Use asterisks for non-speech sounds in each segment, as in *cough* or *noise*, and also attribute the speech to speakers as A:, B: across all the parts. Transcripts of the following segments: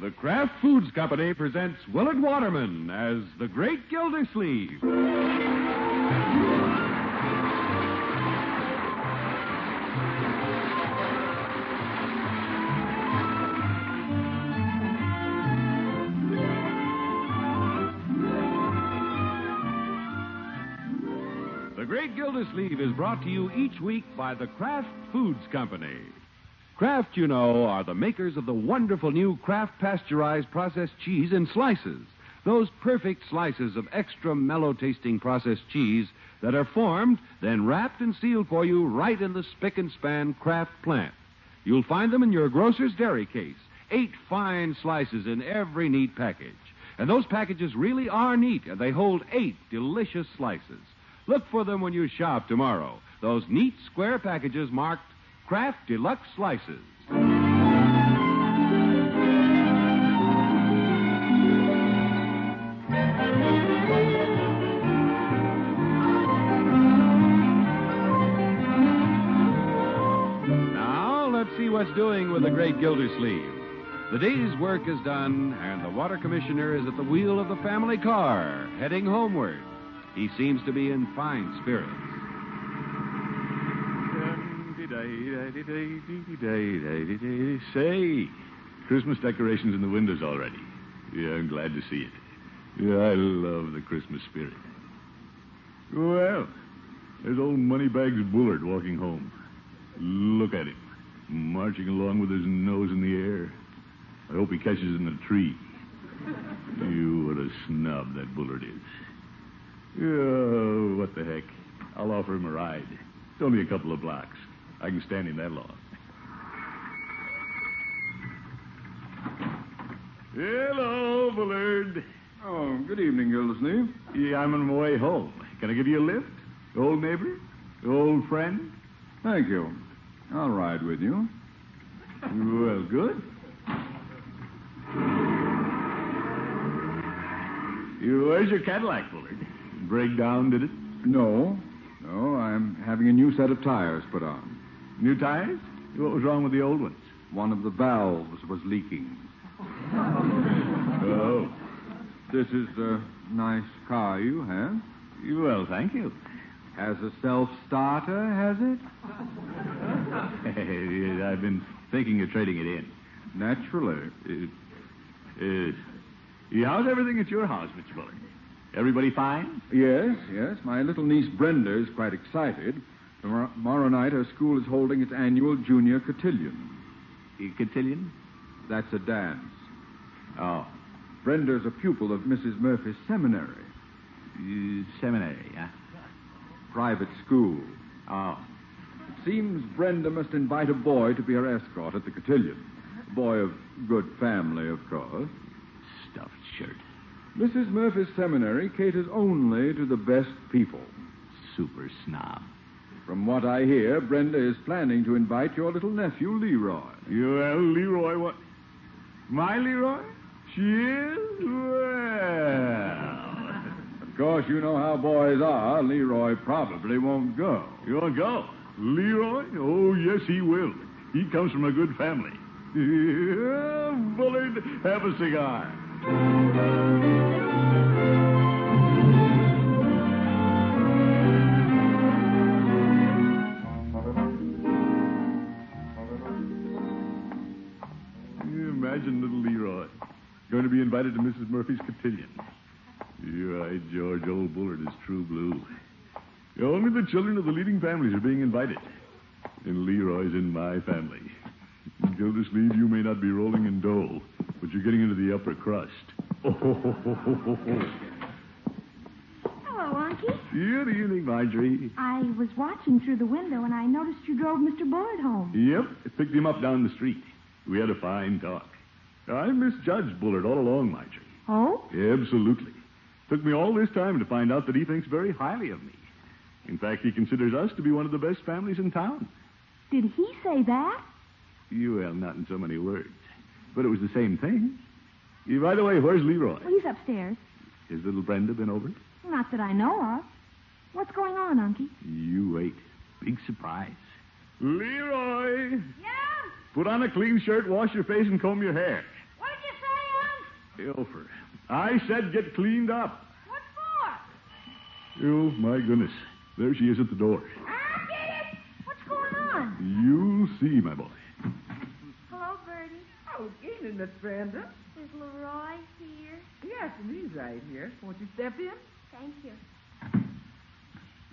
A: The Kraft Foods Company presents Willard Waterman as the Great Gildersleeve. The Great Gildersleeve is brought to you each week by the Kraft Foods Company. Kraft, you know, are the makers of the wonderful new Kraft pasteurized processed cheese in slices. Those perfect slices of extra mellow tasting processed cheese that are formed, then wrapped and sealed for you right in the spick and span Kraft plant. You'll find them in your grocer's dairy case. Eight fine slices in every neat package. And those packages really are neat, and they hold eight delicious slices. Look for them when you shop tomorrow. Those neat square packages marked Kraft Deluxe Slices. Now, let's see what's doing with the great Gildersleeve. The day's work is done, and the water commissioner is at the wheel of the family car, heading homeward. He seems to be in fine spirits.
B: Say, Christmas decorations in the windows already. Yeah, I'm glad to see it. Yeah, I love the Christmas spirit. Well, there's old Moneybags Bullard walking home. Look at him, marching along with his nose in the air. I hope he catches in the tree. You, what a snob that Bullard is. Oh, what the heck. I'll offer him a ride. It's only a couple of blocks. I can stand him that long. Hello, Bullard.
C: Oh, good evening, Gildersleeve.
B: Yeah, I'm on my way home. Can I give you a lift? Old neighbor? Old friend?
C: Thank you. I'll ride with you.
B: Well, good. You- Where's your Cadillac, Bullard? Break down, did it?
C: No, no, I'm having a new set of tires put on.
B: New tires? What was wrong with the old ones?
C: One of the valves was
B: *laughs*
C: leaking.
B: Oh.
C: This is the nice car you have.
B: Well, thank you.
C: Has a self starter, has
B: *laughs*
C: it?
B: I've been thinking of trading it in.
C: Naturally.
B: Uh, yeah, how's everything at your house, Mr. Bullard? Everybody fine?
C: Yes, yes. My little niece Brenda is quite excited. Tomor- Tomorrow night, her school is holding its annual junior cotillion.
B: You cotillion?
C: That's a dance. Ah,
B: Oh,
C: Brenda's a pupil of Mrs. Murphy's seminary,
B: you seminary, huh?
C: private school. Ah.
B: Oh.
C: It seems Brenda must invite a boy to be her escort at the cotillion. A boy of good family, of course.
B: Stuffed shirt.
C: Mrs. Murphy's seminary caters only to the best people.
B: Super snob.
C: From what I hear, Brenda is planning to invite your little nephew, Leroy.
B: Well, Leroy, what? My Leroy? She is? Well. *laughs*
C: Of course, you know how boys are. Leroy probably won't go.
B: You'll go. Leroy? Oh, yes, he will. He comes from a good family. Yeah, Bullard, have a cigar. Imagine little Leroy going to be invited to Mrs. Murphy's cotillion. You're right, George. Old Bullard is true blue. Only the children of the leading families are being invited. And Leroy's in my family. Gildersleeve, you may not be rolling in dough, but you're getting into the upper crust. Oh, ho, ho, ho, ho, ho, ho.
D: Hello, Unky.
B: Good evening, Marjorie.
D: I was watching through the window and I noticed you drove Mr. Bullard home.
B: Yep, picked him up down the street. We had a fine talk. I misjudged Bullard all along, Marjorie.
D: Oh?
B: Absolutely. Took me all this time to find out that he thinks very highly of me. In fact, he considers us to be one of the best families in town.
D: Did he say that?
B: Well, not in so many words. But it was the same thing. Eh, By the way, where's Leroy?
D: Well, he's upstairs.
B: Has little Brenda been over?
D: Not that I know of. What's going on, Unky?
B: You wait. Big surprise. Leroy! Put on a clean shirt, wash your face, and comb your hair.
D: What did you say?
B: Ilfer. I said get cleaned up.
D: What for?
B: Oh, my goodness. There she is at the door.
D: I get it. What's going on?
B: You'll see, my boy.
D: Hello, Bertie.
E: Oh, evening, Miss Brandon.
D: Is Leroy here?
E: Yes, and he's right here. Won't you step in?
D: Thank you.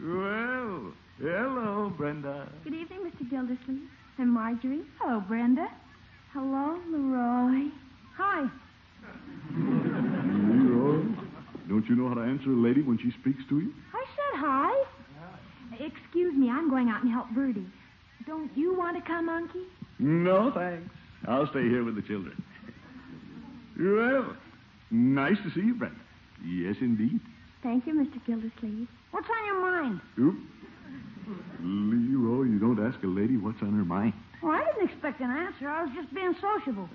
B: Well, hello, Brenda.
D: Good evening, Mr. Gildersleeve. And Marjorie. Hello, Brenda. Hello, Leroy. Hi.
B: Leroy, don't you know how to answer a lady when she speaks to you?
D: I said hi. Excuse me, I'm going out and help Bertie. Don't you want to come, Unky?
B: No, Oh, thanks. I'll stay here with the children. Well, nice to see you, Brenda. Yes, indeed.
D: Thank you, Mr. Gildersleeve. What's on your mind?
B: Oop. Leroy, you don't ask a lady what's on her mind.
D: Well, Oh, I didn't expect an answer. I was just being sociable.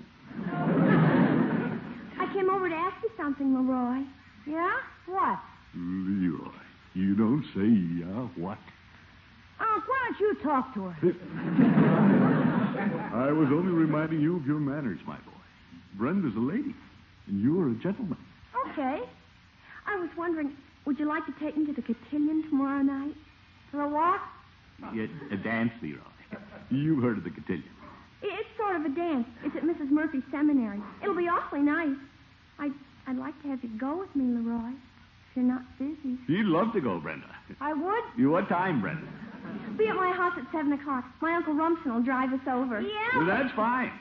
D: I came over to ask you something, Leroy. Yeah? What?
B: Leroy, you don't say yeah what?
D: Unc, Oh, why don't you talk to her?
B: I was only reminding you of your manners, my boy. Brenda's a lady, and you're a gentleman.
D: Okay. I was wondering, would you like to take me to the cotillion tomorrow night? For a walk?
B: a dance, Leroy. You've heard of the cotillion.
D: I- It's sort of a dance. It's at Mrs. Murphy's seminary. It'll be awfully nice. I'd, I'd like to have you go with me, Leroy, if you're not busy.
B: You'd love to go, Brenda.
D: I would.
B: You what time, Brenda?
D: Be at my house at 7 o'clock. My Uncle Rumsen will drive us over.
B: Well, that's fine.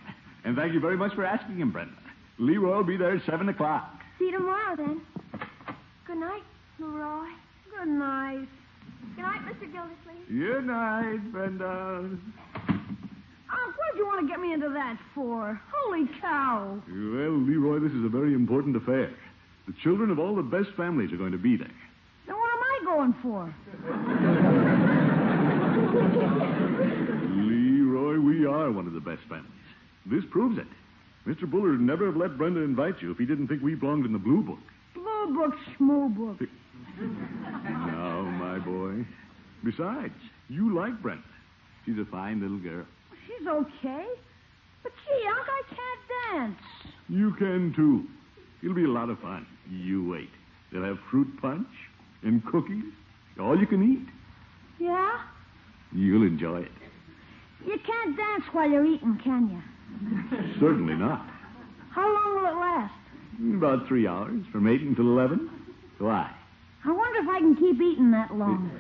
B: And thank you very much for asking him, Brenda. Leroy will be there at 7 o'clock.
D: See you tomorrow, then. Good night, Leroy. Good night. Good night, Mr. Gildersleeve.
B: Good night, Brenda.
D: Unc, what'd Ah, you want to get me into that for? Holy cow.
B: Well, Leroy, this is a very important affair. The children of all the best families are going to be there.
D: Then what am I going for?
B: Leroy, we are one of the best families. This proves it. Mr. Bullard would never have let Brenda invite you if he didn't think we belonged in the Blue Book.
D: Blue book, schmoo book.
B: Now, my boy. Besides, you like Brenda. She's a fine little girl.
D: She's okay. But gee, Unc, I can't dance.
B: You can, too. It'll be a lot of fun. You wait. They'll have fruit punch and cookies, all you can eat.
D: Yeah?
B: You'll enjoy *laughs* it.
D: You can't dance while you're eating, can you?
B: Certainly not.
D: How long will it last?
B: About three hours, from 8 until 11. Why?
D: I wonder if I can keep eating that long.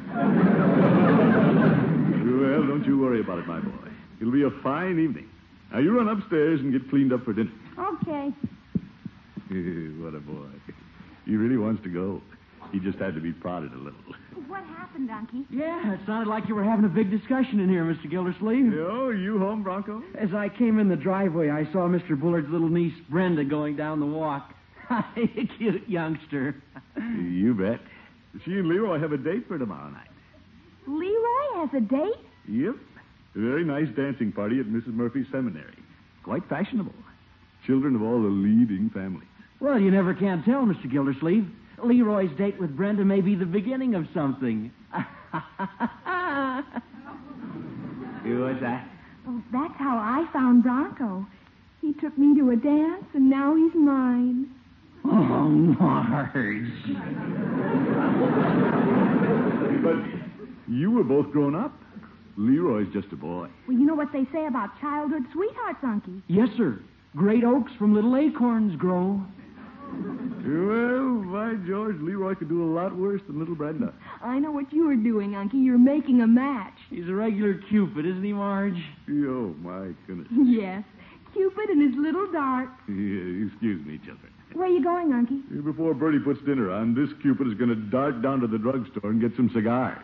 B: Well, don't you worry about it, my boy. It'll be a fine evening. Now, you run upstairs and get cleaned up for dinner. *laughs*
D: Okay.
B: what a boy. He really wants to go. He just had to be prodded a little.
D: What happened, Unky?
F: Yeah, it sounded like you were having a big discussion in here, Mr. Gildersleeve.
B: Oh, you home, Bronco?
F: As I came in the driveway, I saw Mr. Bullard's little niece, Brenda, going down the walk. *laughs* a cute youngster.
B: You bet. She and Leroy have a date for tomorrow night.
D: Leroy has a date?
B: Yep. A very nice dancing party at Mrs. Murphy's seminary. Quite fashionable. Children of all the leading families.
F: Well, you never can tell, Mr. Gildersleeve. Leroy's date with Brenda may be the beginning of something. *laughs*
B: What's that?
D: Well, Oh, that's how I found Bronco. He took me to a dance, and now he's mine.
F: oh, Marge.
B: But you were both grown up. Leroy's just a boy.
D: Well, you know what they say about childhood sweethearts, Unky.
F: Yes, sir. Great oaks from little acorns grow.
B: Well, by George, Leroy could do a lot worse than little Brenda.
D: I know what you were doing, Unky. You're making a match. *laughs*
F: He's a regular Cupid, isn't he, Marge?
B: Oh, my goodness. *laughs*
D: yes. Cupid and his little dart.
B: Yeah, Excuse me, children.
D: Where are you going, Unky?
B: Before Bertie puts dinner on, this Cupid is going to dart down to the drugstore and get some cigars.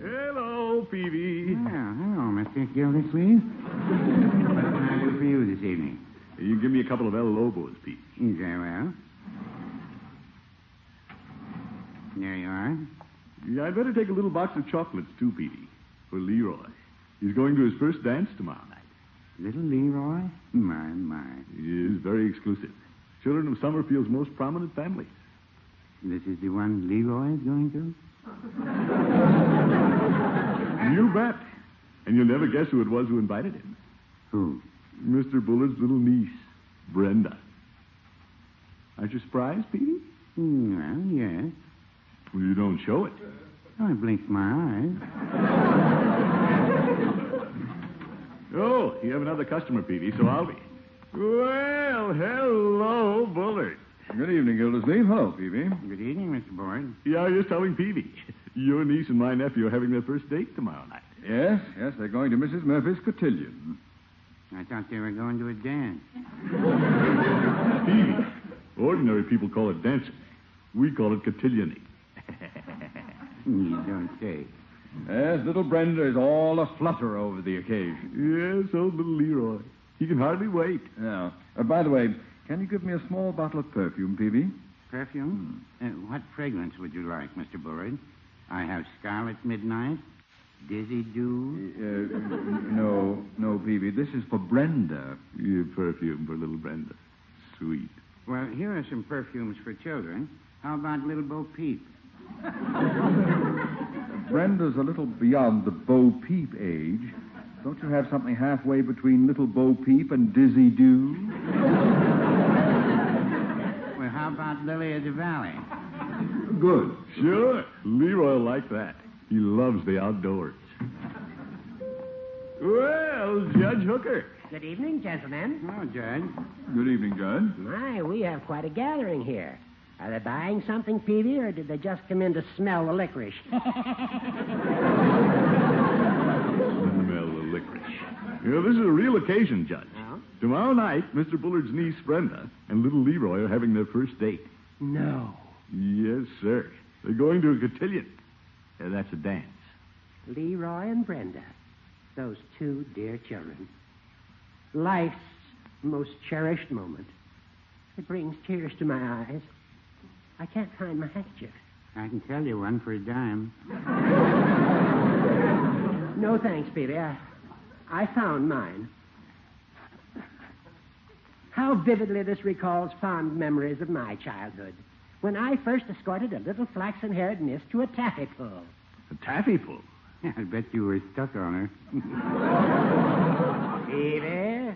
B: Hello, Peavy.
G: Well, hello, Mr. Gildersleeve. what can I do for you this evening?
B: You give me a couple of El Lobos, Pete.
G: Very well. There you are.
B: Yeah, I'd better take a little box of chocolates, too, Petey, for Leroy. He's going to his first dance tomorrow night.
G: Little Leroy? My, my.
B: He is very exclusive. Children of Summerfield's most prominent family.
G: This is the one Leroy is going to?
B: You bet. And you'll never guess who it was who invited him.
G: Who?
B: Mr. Bullard's little niece, Brenda. Aren't you surprised, Petey?
G: Hmm, well, yes.
B: Well, you don't show it.
G: I blinked my eyes.
B: Oh, you have another customer, Petey, so I'll be. Well, hello, Bullard.
C: Good evening, Gildersleeve. Hello, Peavy.
G: Good evening, Mr. Boyd.
B: Yeah, I was just telling Peavy. Your niece and my nephew are having their first date tomorrow night.
C: Yes, yes, they're going to Mrs. Murphy's cotillion.
G: I thought they were going to a dance.
B: Peavy. Ordinary people call it dancing. We call it cotillioning.
G: You don't say.
C: Yes, little Brenda is all aflutter over the occasion.
B: Yes, old little Leroy. He can hardly wait.
C: Now, uh, by the way, can you give me a small bottle of perfume, Peavy?
G: Perfume? Uh, what fragrance would you like, Mr. Boyd? I have Scarlet Midnight, Dizzy
C: Uh,
G: Dew.
B: *laughs*
C: no, no, Peavy. This is for Brenda.
B: Your perfume for little Brenda. Sweet.
G: Well, here are some perfumes for children. How about Little Bo Peep?
C: Brenda's a little beyond the Bo Peep age. Don't you have something halfway between Little Bo Peep and Dizzy Dew?
G: Well, how about Lily of the Valley?
C: Good.
B: Sure. Leroy likes that. He loves the outdoors. Well, Judge Hooker.
H: Good evening, gentlemen.
G: Hello, Oh, Judge.
C: Good evening, Judge.
H: My, we have quite a gathering here. Are they buying something, Peavy, or did they just come in to smell the licorice?
B: Smell the licorice. You know, this is a real occasion, Judge.
H: No.
B: Tomorrow night, Mr. Bullard's niece, Brenda, and little Leroy are having their first date.
H: no.
B: Yes, sir. They're going to a cotillion. Yeah, that's a dance.
H: Leroy and Brenda, those two dear children. Life's most cherished moment. It brings tears to my eyes. I can't find my handkerchief.
G: I can tell you one for a dime. *laughs*
H: No thanks, Peavy. I, I found mine. How vividly this recalls fond memories of my childhood, when I first escorted a little flaxen haired miss to a taffy pull.
B: A taffy pull.
G: I bet you were stuck on her.
H: Peavy,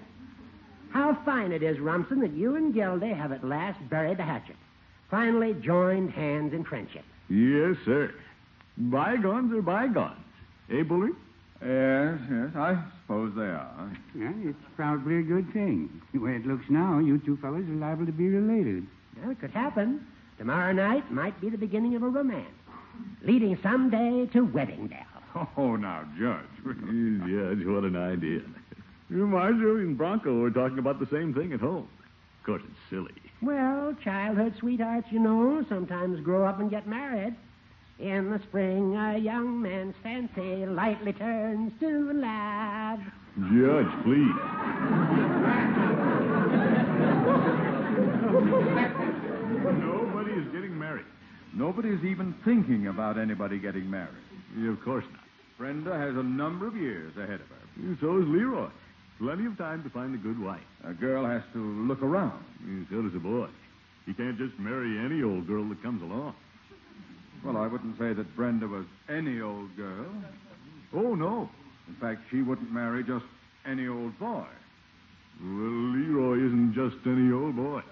H: how fine it is, Rumsen, that you and Gildy have at last buried the hatchet, finally joined hands in friendship.
B: Yes, sir. Bygones are bygones. Eh, Bullard?
C: Yes, yes, I suppose they
B: *laughs*
C: are.
G: Yeah, it's probably a good thing. The way it looks now, you two fellows are liable to be related.
H: Well, it could happen. Tomorrow night might be the beginning of a romance, leading someday to wedding bell.
C: Oh, now,
B: *laughs*
C: Judge.
B: Judge, what an idea. Marjorie and Bronco were talking about the same thing at home. Of course, it's silly.
H: Well, childhood sweethearts, you know, sometimes grow up and get married. In the spring, a young man's fancy lightly turns to love.
B: Judge, please. Nobody is getting married.
C: Nobody's even thinking about anybody getting married.
B: Yeah, of course not.
C: Brenda has a number of years ahead of her.
B: So is Leroy. Plenty of time to find a good wife.
C: A girl has to look around.
B: And So does a boy. He can't just marry any old girl that comes along.
C: Well, I wouldn't say that Brenda was any old girl.
B: Oh, no.
C: In fact, she wouldn't marry just any old boy.
B: Well, Leroy isn't just any old boy.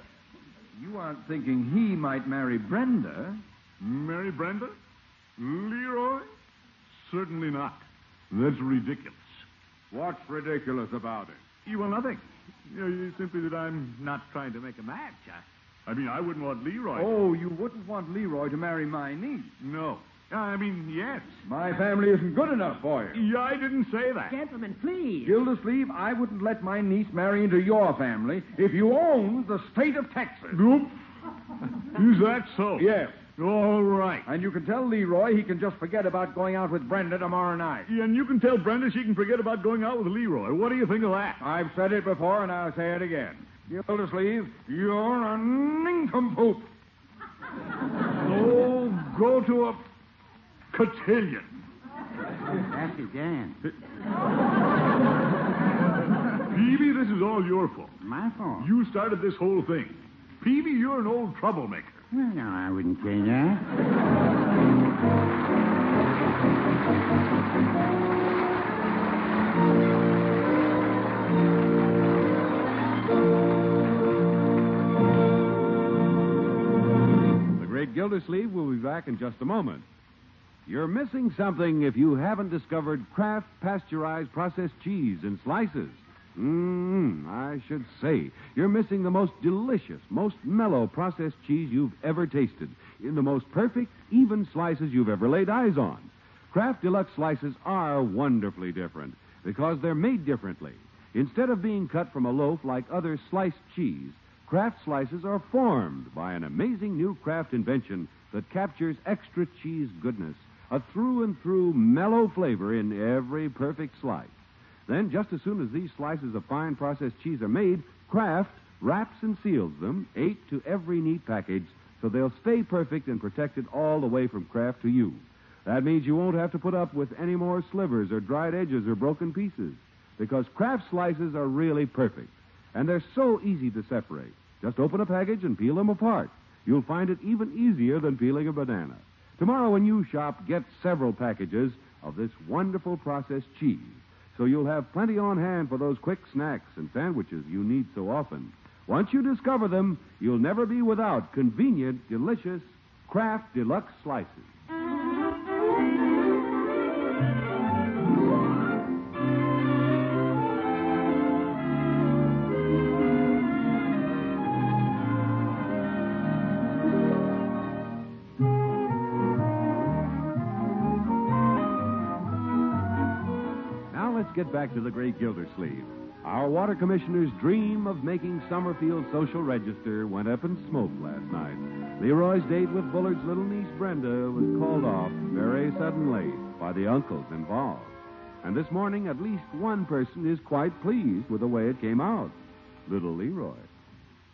C: You aren't thinking he might marry Brenda.
B: Mary Brenda? Leroy? Certainly not. That's ridiculous.
C: What's ridiculous about it?
B: You will nothing. You know, you- simply that I'm not trying to make a match. I, I mean, I wouldn't want Leroy.
C: Oh, you wouldn't want Leroy to marry my niece.
B: no. Uh, I mean, yes.
C: My family isn't good enough for you.
B: Yeah, I didn't say that.
H: Gentlemen, please.
C: Gildersleeve, I wouldn't let my niece marry into your family if you owned the state of Texas.
B: Nope. Is that so?
C: Yes.
B: All right.
C: And you can tell Leroy he can just forget about going out with Brenda tomorrow night.
B: And you can tell Brenda she can forget about going out with Leroy. What do you think of that?
C: I've said it before, and I'll say it again. Gildersleeve, you're a nincompoop.
B: Oh, go to a cotillion.
G: That's a dance.
B: Peavy, this is all your fault.
G: My fault.
B: You started this whole thing. Peavy, you're an old troublemaker.
G: Well, no, I wouldn't say that.
A: The Great Gildersleeve will be back in just a moment. You're missing something if you haven't discovered Kraft pasteurized processed cheese in slices. Mmm, I should say. You're missing the most delicious, most mellow processed cheese you've ever tasted in the most perfect, even slices you've ever laid eyes on. Kraft Deluxe slices are wonderfully different because they're made differently. Instead of being cut from a loaf like other sliced cheese, Kraft slices are formed by an amazing new Kraft invention that captures extra cheese goodness, a through and through mellow flavor in every perfect slice. Then, just as soon as these slices of fine processed cheese are made, Kraft wraps and seals them, eight to every neat package, so they'll stay perfect and protected all the way from Kraft to you. That means you won't have to put up with any more slivers or dried edges or broken pieces, because Kraft slices are really perfect. And they're so easy to separate. Just open a package and peel them apart. You'll find it even easier than peeling a banana. Tomorrow, when you shop, get several packages of this wonderful processed cheese. So you'll have plenty on hand for those quick snacks and sandwiches you need so often. Once you discover them, you'll never be without convenient, delicious Kraft Deluxe slices. Now let's get back to the Great Gildersleeve. Our water commissioner's dream of making Summerfield's social register went up in smoke last night. Leroy's date with Bullard's little niece Brenda was called off very suddenly by the uncles involved. And this morning, at least one person is quite pleased with the way it came out. Little Leroy.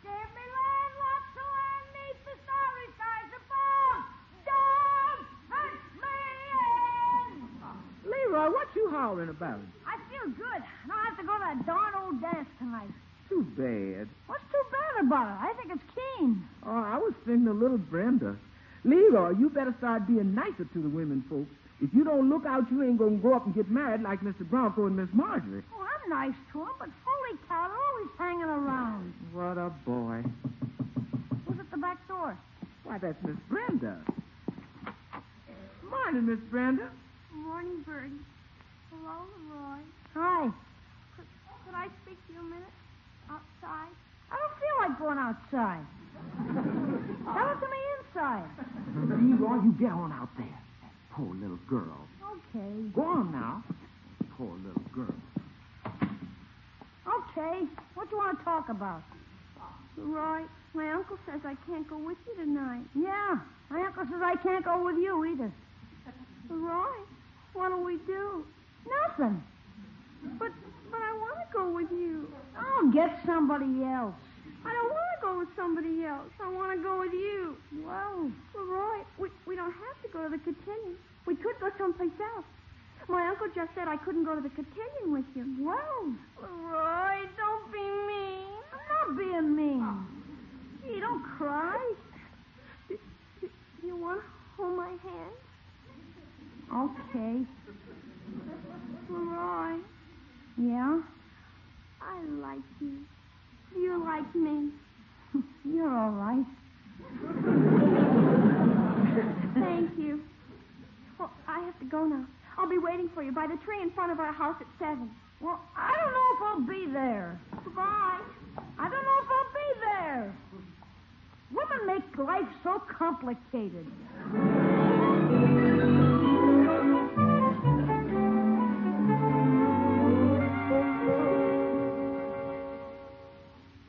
D: Disneyland wants to land meet the starry skies above. Down and land.
H: Leroy, what you hollering about?
D: I feel good. And I'll have to go to that darn old dance tonight.
H: Too bad.
D: What's too bad about it? I think it's keen.
H: Oh, I was thinking of little Brenda. Leroy, you better start being nicer to the women folks. If you don't look out, you ain't gonna go up and get married like Mr. Bronco and Miss Marjorie.
D: Oh, I'm nice to him, but holy cow, they're always hanging around.
H: What a boy.
D: Who's at the back door?
H: Why, that's Miss Brenda. Morning, Miss Brenda.
I: Morning, Bertie. Hello, Leroy.
D: Hi.
I: Could, could I speak to you a minute? Outside?
D: I don't feel like going outside. Tell it to me inside.
J: Leroy, you get on out there. That poor little girl.
D: Okay.
J: Go on now. Poor little girl.
D: Okay. What do you want to talk about?
I: Leroy, my uncle says I can't go with you tonight.
D: Yeah. My uncle says I can't go with you either.
I: Leroy, what'll we do?
D: Nothing.
I: But but I want to go with you.
D: I'll get somebody else.
I: I don't want to go with somebody else. I want to go with you.
D: Whoa.
I: Leroy, we, we don't have to go to the cotillion. We could go someplace else. My uncle just said I couldn't go to the cotillion with you.
D: Whoa.
I: Leroy, don't be mean.
D: I'm not being
I: Oh.
D: mean. Gee, don't cry.
I: Do, do, do you want to hold my hand?
D: Okay.
I: Leroy,
D: Yeah? *laughs*
I: I like you. You like me.
D: You're all right.
I: Thank you. Well, I have to go now. I'll be waiting for you by the tree in front of our house at 7.
D: Well, I don't know if I'll be there.
I: Goodbye.
D: I don't know if I'll be there. Women make life so complicated.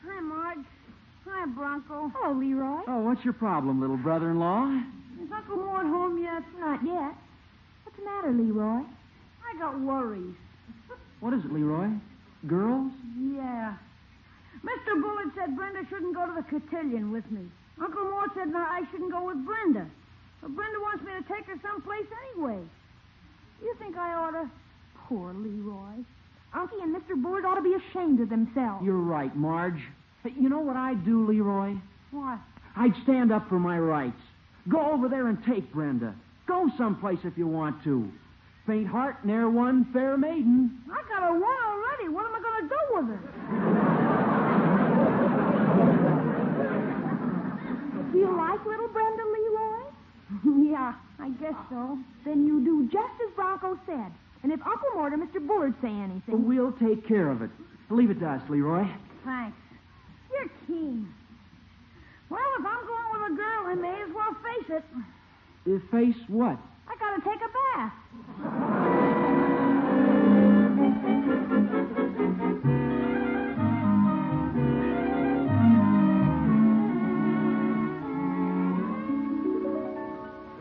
D: Hi, Marge. Hi, Bronco.
I: Hello, Leroy.
K: Oh, what's your problem, little brother in law?
D: Is Uncle Mort home yet?
I: Not yet. What's the matter, Leroy?
D: I got worries.
K: What is it, Leroy? Girls?
D: Yeah. Mr. Bullard said Brenda shouldn't go to the cotillion with me. Uncle Mort said no, I shouldn't go with Brenda. But Brenda wants me to take her someplace anyway. You think I ought to?
I: Poor Leroy. Uncle and Mr. Bullard ought to be ashamed of themselves.
K: You're right, Marge. Hey, You know what I'd do, Leroy?
D: Why?
H: I'd stand up for my rights. Go over there and take Brenda. Go someplace if you want to. Faint heart, ne'er won fair maiden.
L: I got a one already. What am I going to do with her?
I: Do you like little Brenda Leroy?
L: *laughs* yeah, I guess so. Then you do just as Bronco said. And if Uncle Mort or Mr. Bullard say anything,
H: We'll take care of it. Leave it to us, Leroy.
L: thanks. You're keen. Well, if I'm going with a girl, I may as well face it.
H: Uh, Face what?
L: I gotta take a bath.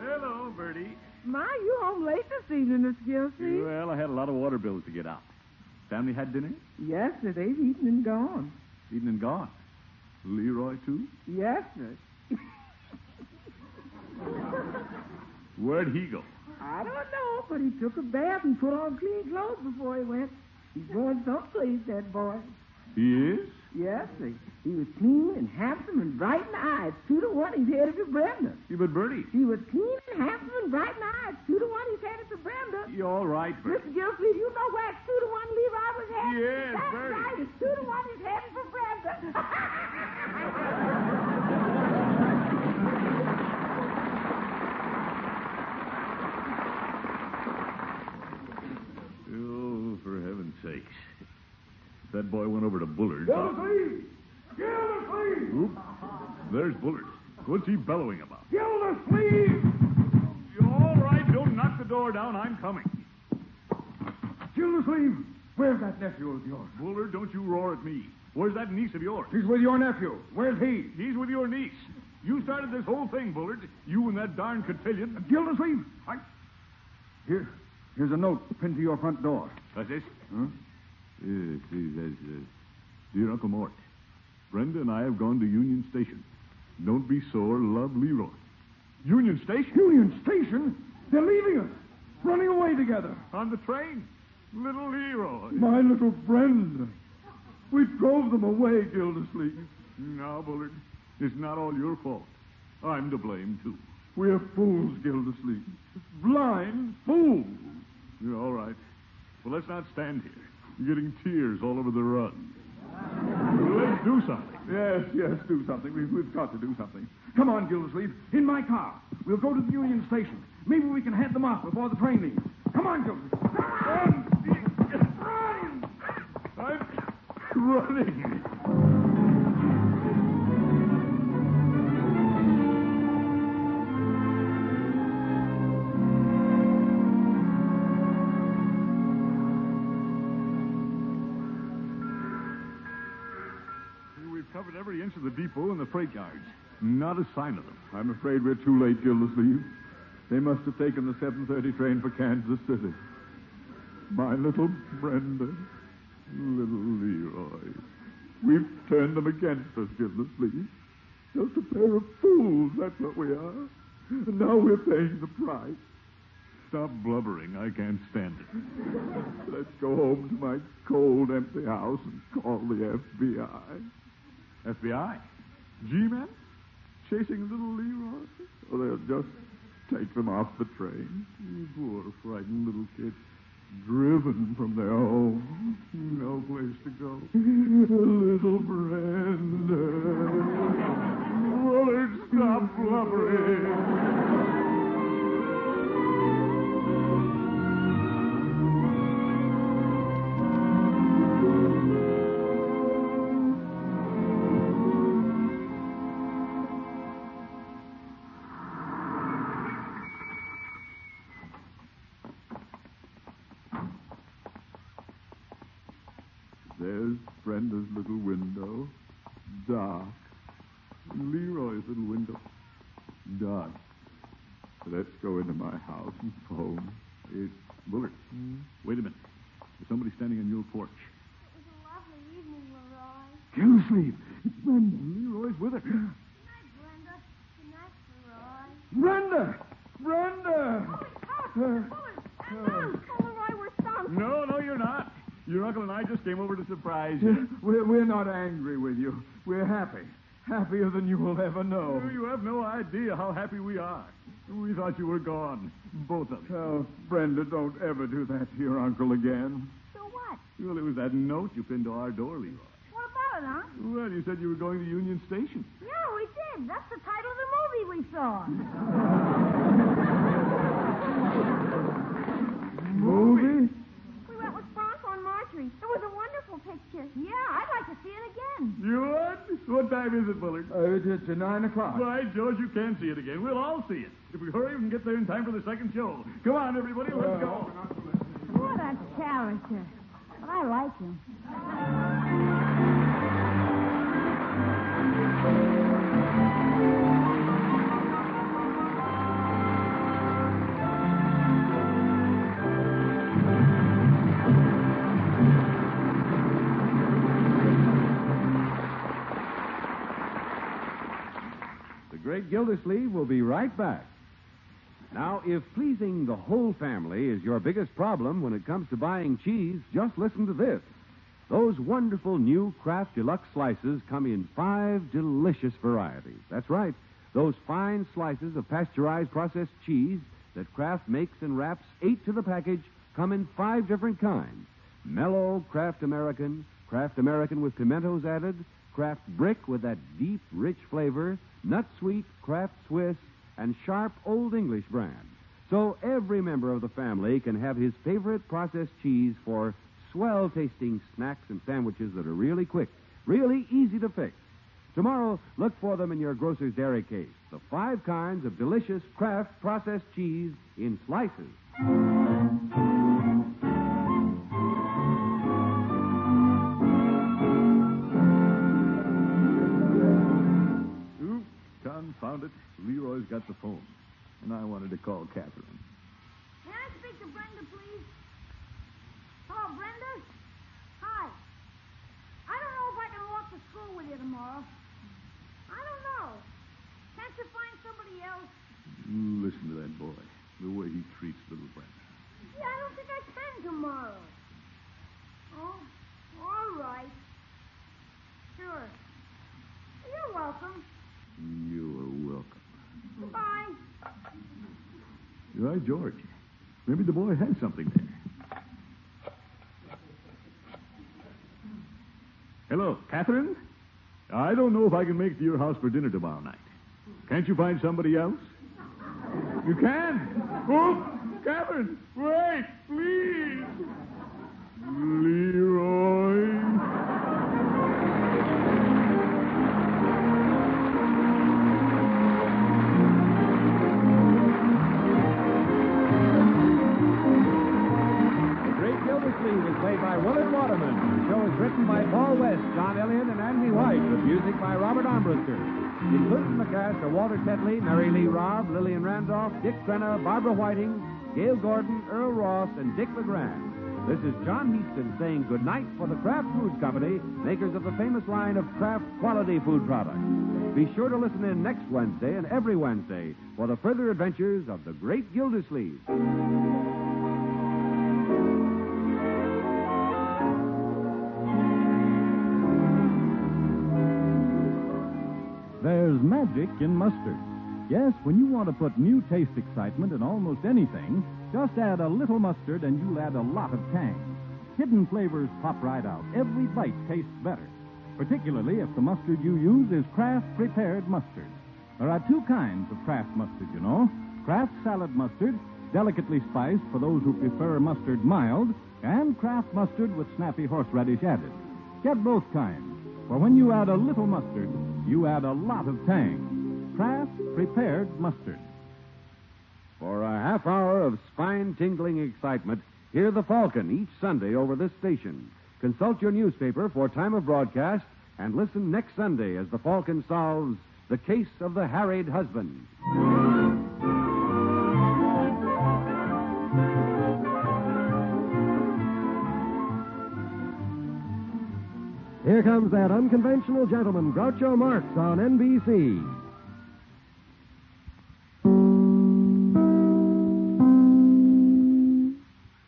B: Hello, Bertie.
D: My, you home late this evening, Miss Gilsey.
B: Well, I had a lot of water bills to get out. Family had dinner?
D: Yes, sir. They've eaten and gone.
B: Evening gone. Leroy, too?
D: Yes, sir.
B: Where'd he go?
D: I don't know, but he took a bath and put on clean clothes before he went. He's going someplace, that boy.
B: He is?
D: Yes, sir. He was clean and handsome and bright in the eyes. Two to one, he's headed to Brenda.
B: Yeah, but Bertie.
D: He was clean and handsome and bright in the eyes. Two to one, he's headed to Brenda.
B: You're all right, Bertie.
D: Mr. Gilsey, you know where two to one Levi was headed?
B: Yes,
D: That's
B: Bertie.
D: right. It's two to one, he's headed for Brenda. *laughs*
B: Oh, for heaven's sakes. If that boy went over to Bullard.
A: Gildersleeve! Gildersleeve!
B: Oop. There's Bullard. What's he bellowing about?
A: Gildersleeve!
B: You're all right. Don't knock the door down. I'm coming.
A: Gildersleeve! Where's that nephew of yours?
B: Bullard, don't you roar at me. Where's that niece of yours?
A: He's with your nephew. Where's he?
B: He's with your niece. You started this whole thing, Bullard. You and that darn cotillion.
A: Gildersleeve! I. Here. Here's a note pinned to your front door.
B: What's this?
A: Huh?
B: Yes, he says, uh, Dear Uncle Mort, Brenda and I have gone to Union Station. Don't be sore. Love, Leroy. Union Station?
A: Union Station? They're leaving us. Running away together.
B: On the train. Little Leroy.
A: My little Brenda. We drove them away, Gildersleeve.
B: Now, Bullard, it's not all your fault. I'm to blame, too.
A: We're fools, Gildersleeve. Blind fools.
B: You're all right. Well, let's not stand here. You're getting tears all over the rug. let's do something.
A: Yes, yes, do something. We've, we've got to do something. Come on, Gildersleeve. In my car. We'll go to the Union Station. Maybe we can head them off before the train leaves. Come on, Gildersleeve.
B: I'm running. We've covered every inch of the depot and the freight yards. Not a sign of them.
A: I'm afraid we're too late, Gildersleeve. They must have taken the 7.30 train for Kansas City. My little Brenda, little Leroy. We've turned them against us, Gildersleeve. Just a pair of fools, that's what we are. And now we're paying the price.
B: Stop blubbering. I can't stand it.
A: Let's go home to my cold, empty house and call the FBI.
B: FBI? G-Men?
A: Chasing little Leroy? Oh, they'll just take them off the train. Poor, frightened little kids. Driven from their home. No place to go. Little Brenda. Willard, stop blubbering. There's Brenda's little window. Dark. Leroy's little window. Dark. Let's go into my house and phone.
B: It's Bullard. Wait a minute. There's somebody standing on your porch.
I: It was a lovely evening, Leroy.
A: Gildersleeve! It's Brenda. Leroy's with her.
I: Good night, Brenda. Good night, Leroy.
A: Brenda! Brenda!
I: Leroy, we're sunk.
B: No, no, you're not.
A: *laughs*
B: Your uncle and I just came over to surprise you.
A: We're, we're not angry with you. We're happy.
M: happier than you will ever know.
B: Oh, You have no idea how happy we are. We thought you were gone, both of you.
M: Oh, Brenda, don't ever do that to your uncle again.
I: So what?
B: Well, it was that note you pinned to our door, Leroy.
I: What about it, huh?
B: Well, you said you were going to Union Station.
I: Yeah, we did. That's the title of the movie we saw.
M: Movie?
D: We went with Bronco and Marjorie. It was a wonderful picture.
I: Yeah, I'd like to see it again.
B: You would? What time is it, Bullard?
C: Uh, it's, it's uh, 9 o'clock.
B: By George, you can see it again. We'll all see it. If we hurry, we can get there in time for the second show. Come on, everybody, let's go.
I: What a character. But I like him.
A: The Great Gildersleeve will be right back. Now, if pleasing the whole family is your biggest problem when it comes to buying cheese, just listen to this. Those wonderful new Kraft Deluxe slices come in five delicious varieties. That's right, those fine slices of pasteurized processed cheese that Kraft makes and wraps eight to the package come in five different kinds mellow Kraft American, Kraft American with pimentos added, Kraft Brick with that deep, rich flavor, Nut Sweet, Kraft Swiss, and Sharp Old English brand. So every member of the family can have his favorite processed cheese for swell tasting snacks and sandwiches that are really quick, really easy to fix. Tomorrow, look for them in your grocer's dairy case. The five kinds of delicious Kraft processed cheese in slices.
B: Oop, confound it. Leroy's got the phone. And I wanted to call Catherine.
I: May I speak to Brenda, please? Hello, Brenda? Hi. I don't know if I can walk to school with you tomorrow. I don't know. Can't you find somebody else?
B: Mm, Listen to that boy, the way he treats little Brenda.
I: Yeah, I don't think I can tomorrow. Oh, all right. Sure. You're welcome.
B: You are welcome.
I: Goodbye.
B: You're right, George. Maybe the boy had something there. Hello, Catherine? I don't know if I can make it to your house for dinner tomorrow night. Can't you find somebody else? You can? Oh, Catherine, wait, please. Leroy.
A: The Great Gildersleeve is played by Willard Waterman. The show is written by Paul West, John Elliott, and Andy White, with music by Robert Armbruster. Included in the cast are Walter Tetley, Mary Lee Robb, Lillian Randolph, Dick Crenna, Barbara Whiting, Gail Gordon, Earl Ross, and Dick LeGrand. This is John Heaston saying goodnight for the Kraft Foods Company, makers of the famous line of Kraft quality food products. Be sure to listen in next Wednesday and every Wednesday for the further adventures of the Great Gildersleeve.
N: There's magic in mustard. Yes, when you want to put new taste excitement in almost anything, just add a little mustard and you'll add a lot of tang. Hidden flavors pop right out. Every bite tastes better, particularly if the mustard you use is Kraft prepared mustard. There are two kinds of Kraft mustard, you know Kraft salad mustard, delicately spiced for those who prefer mustard mild, and Kraft mustard with snappy horseradish added. Get both kinds, for when you add a little mustard, you add a lot of tang. Kraft prepared mustard.
A: For a half hour of spine tingling excitement, hear The Falcon each Sunday over this station. Consult your newspaper for time of broadcast and listen next Sunday as The Falcon solves the case of the harried husband.
O: Here comes that unconventional gentleman, Groucho Marx, on NBC.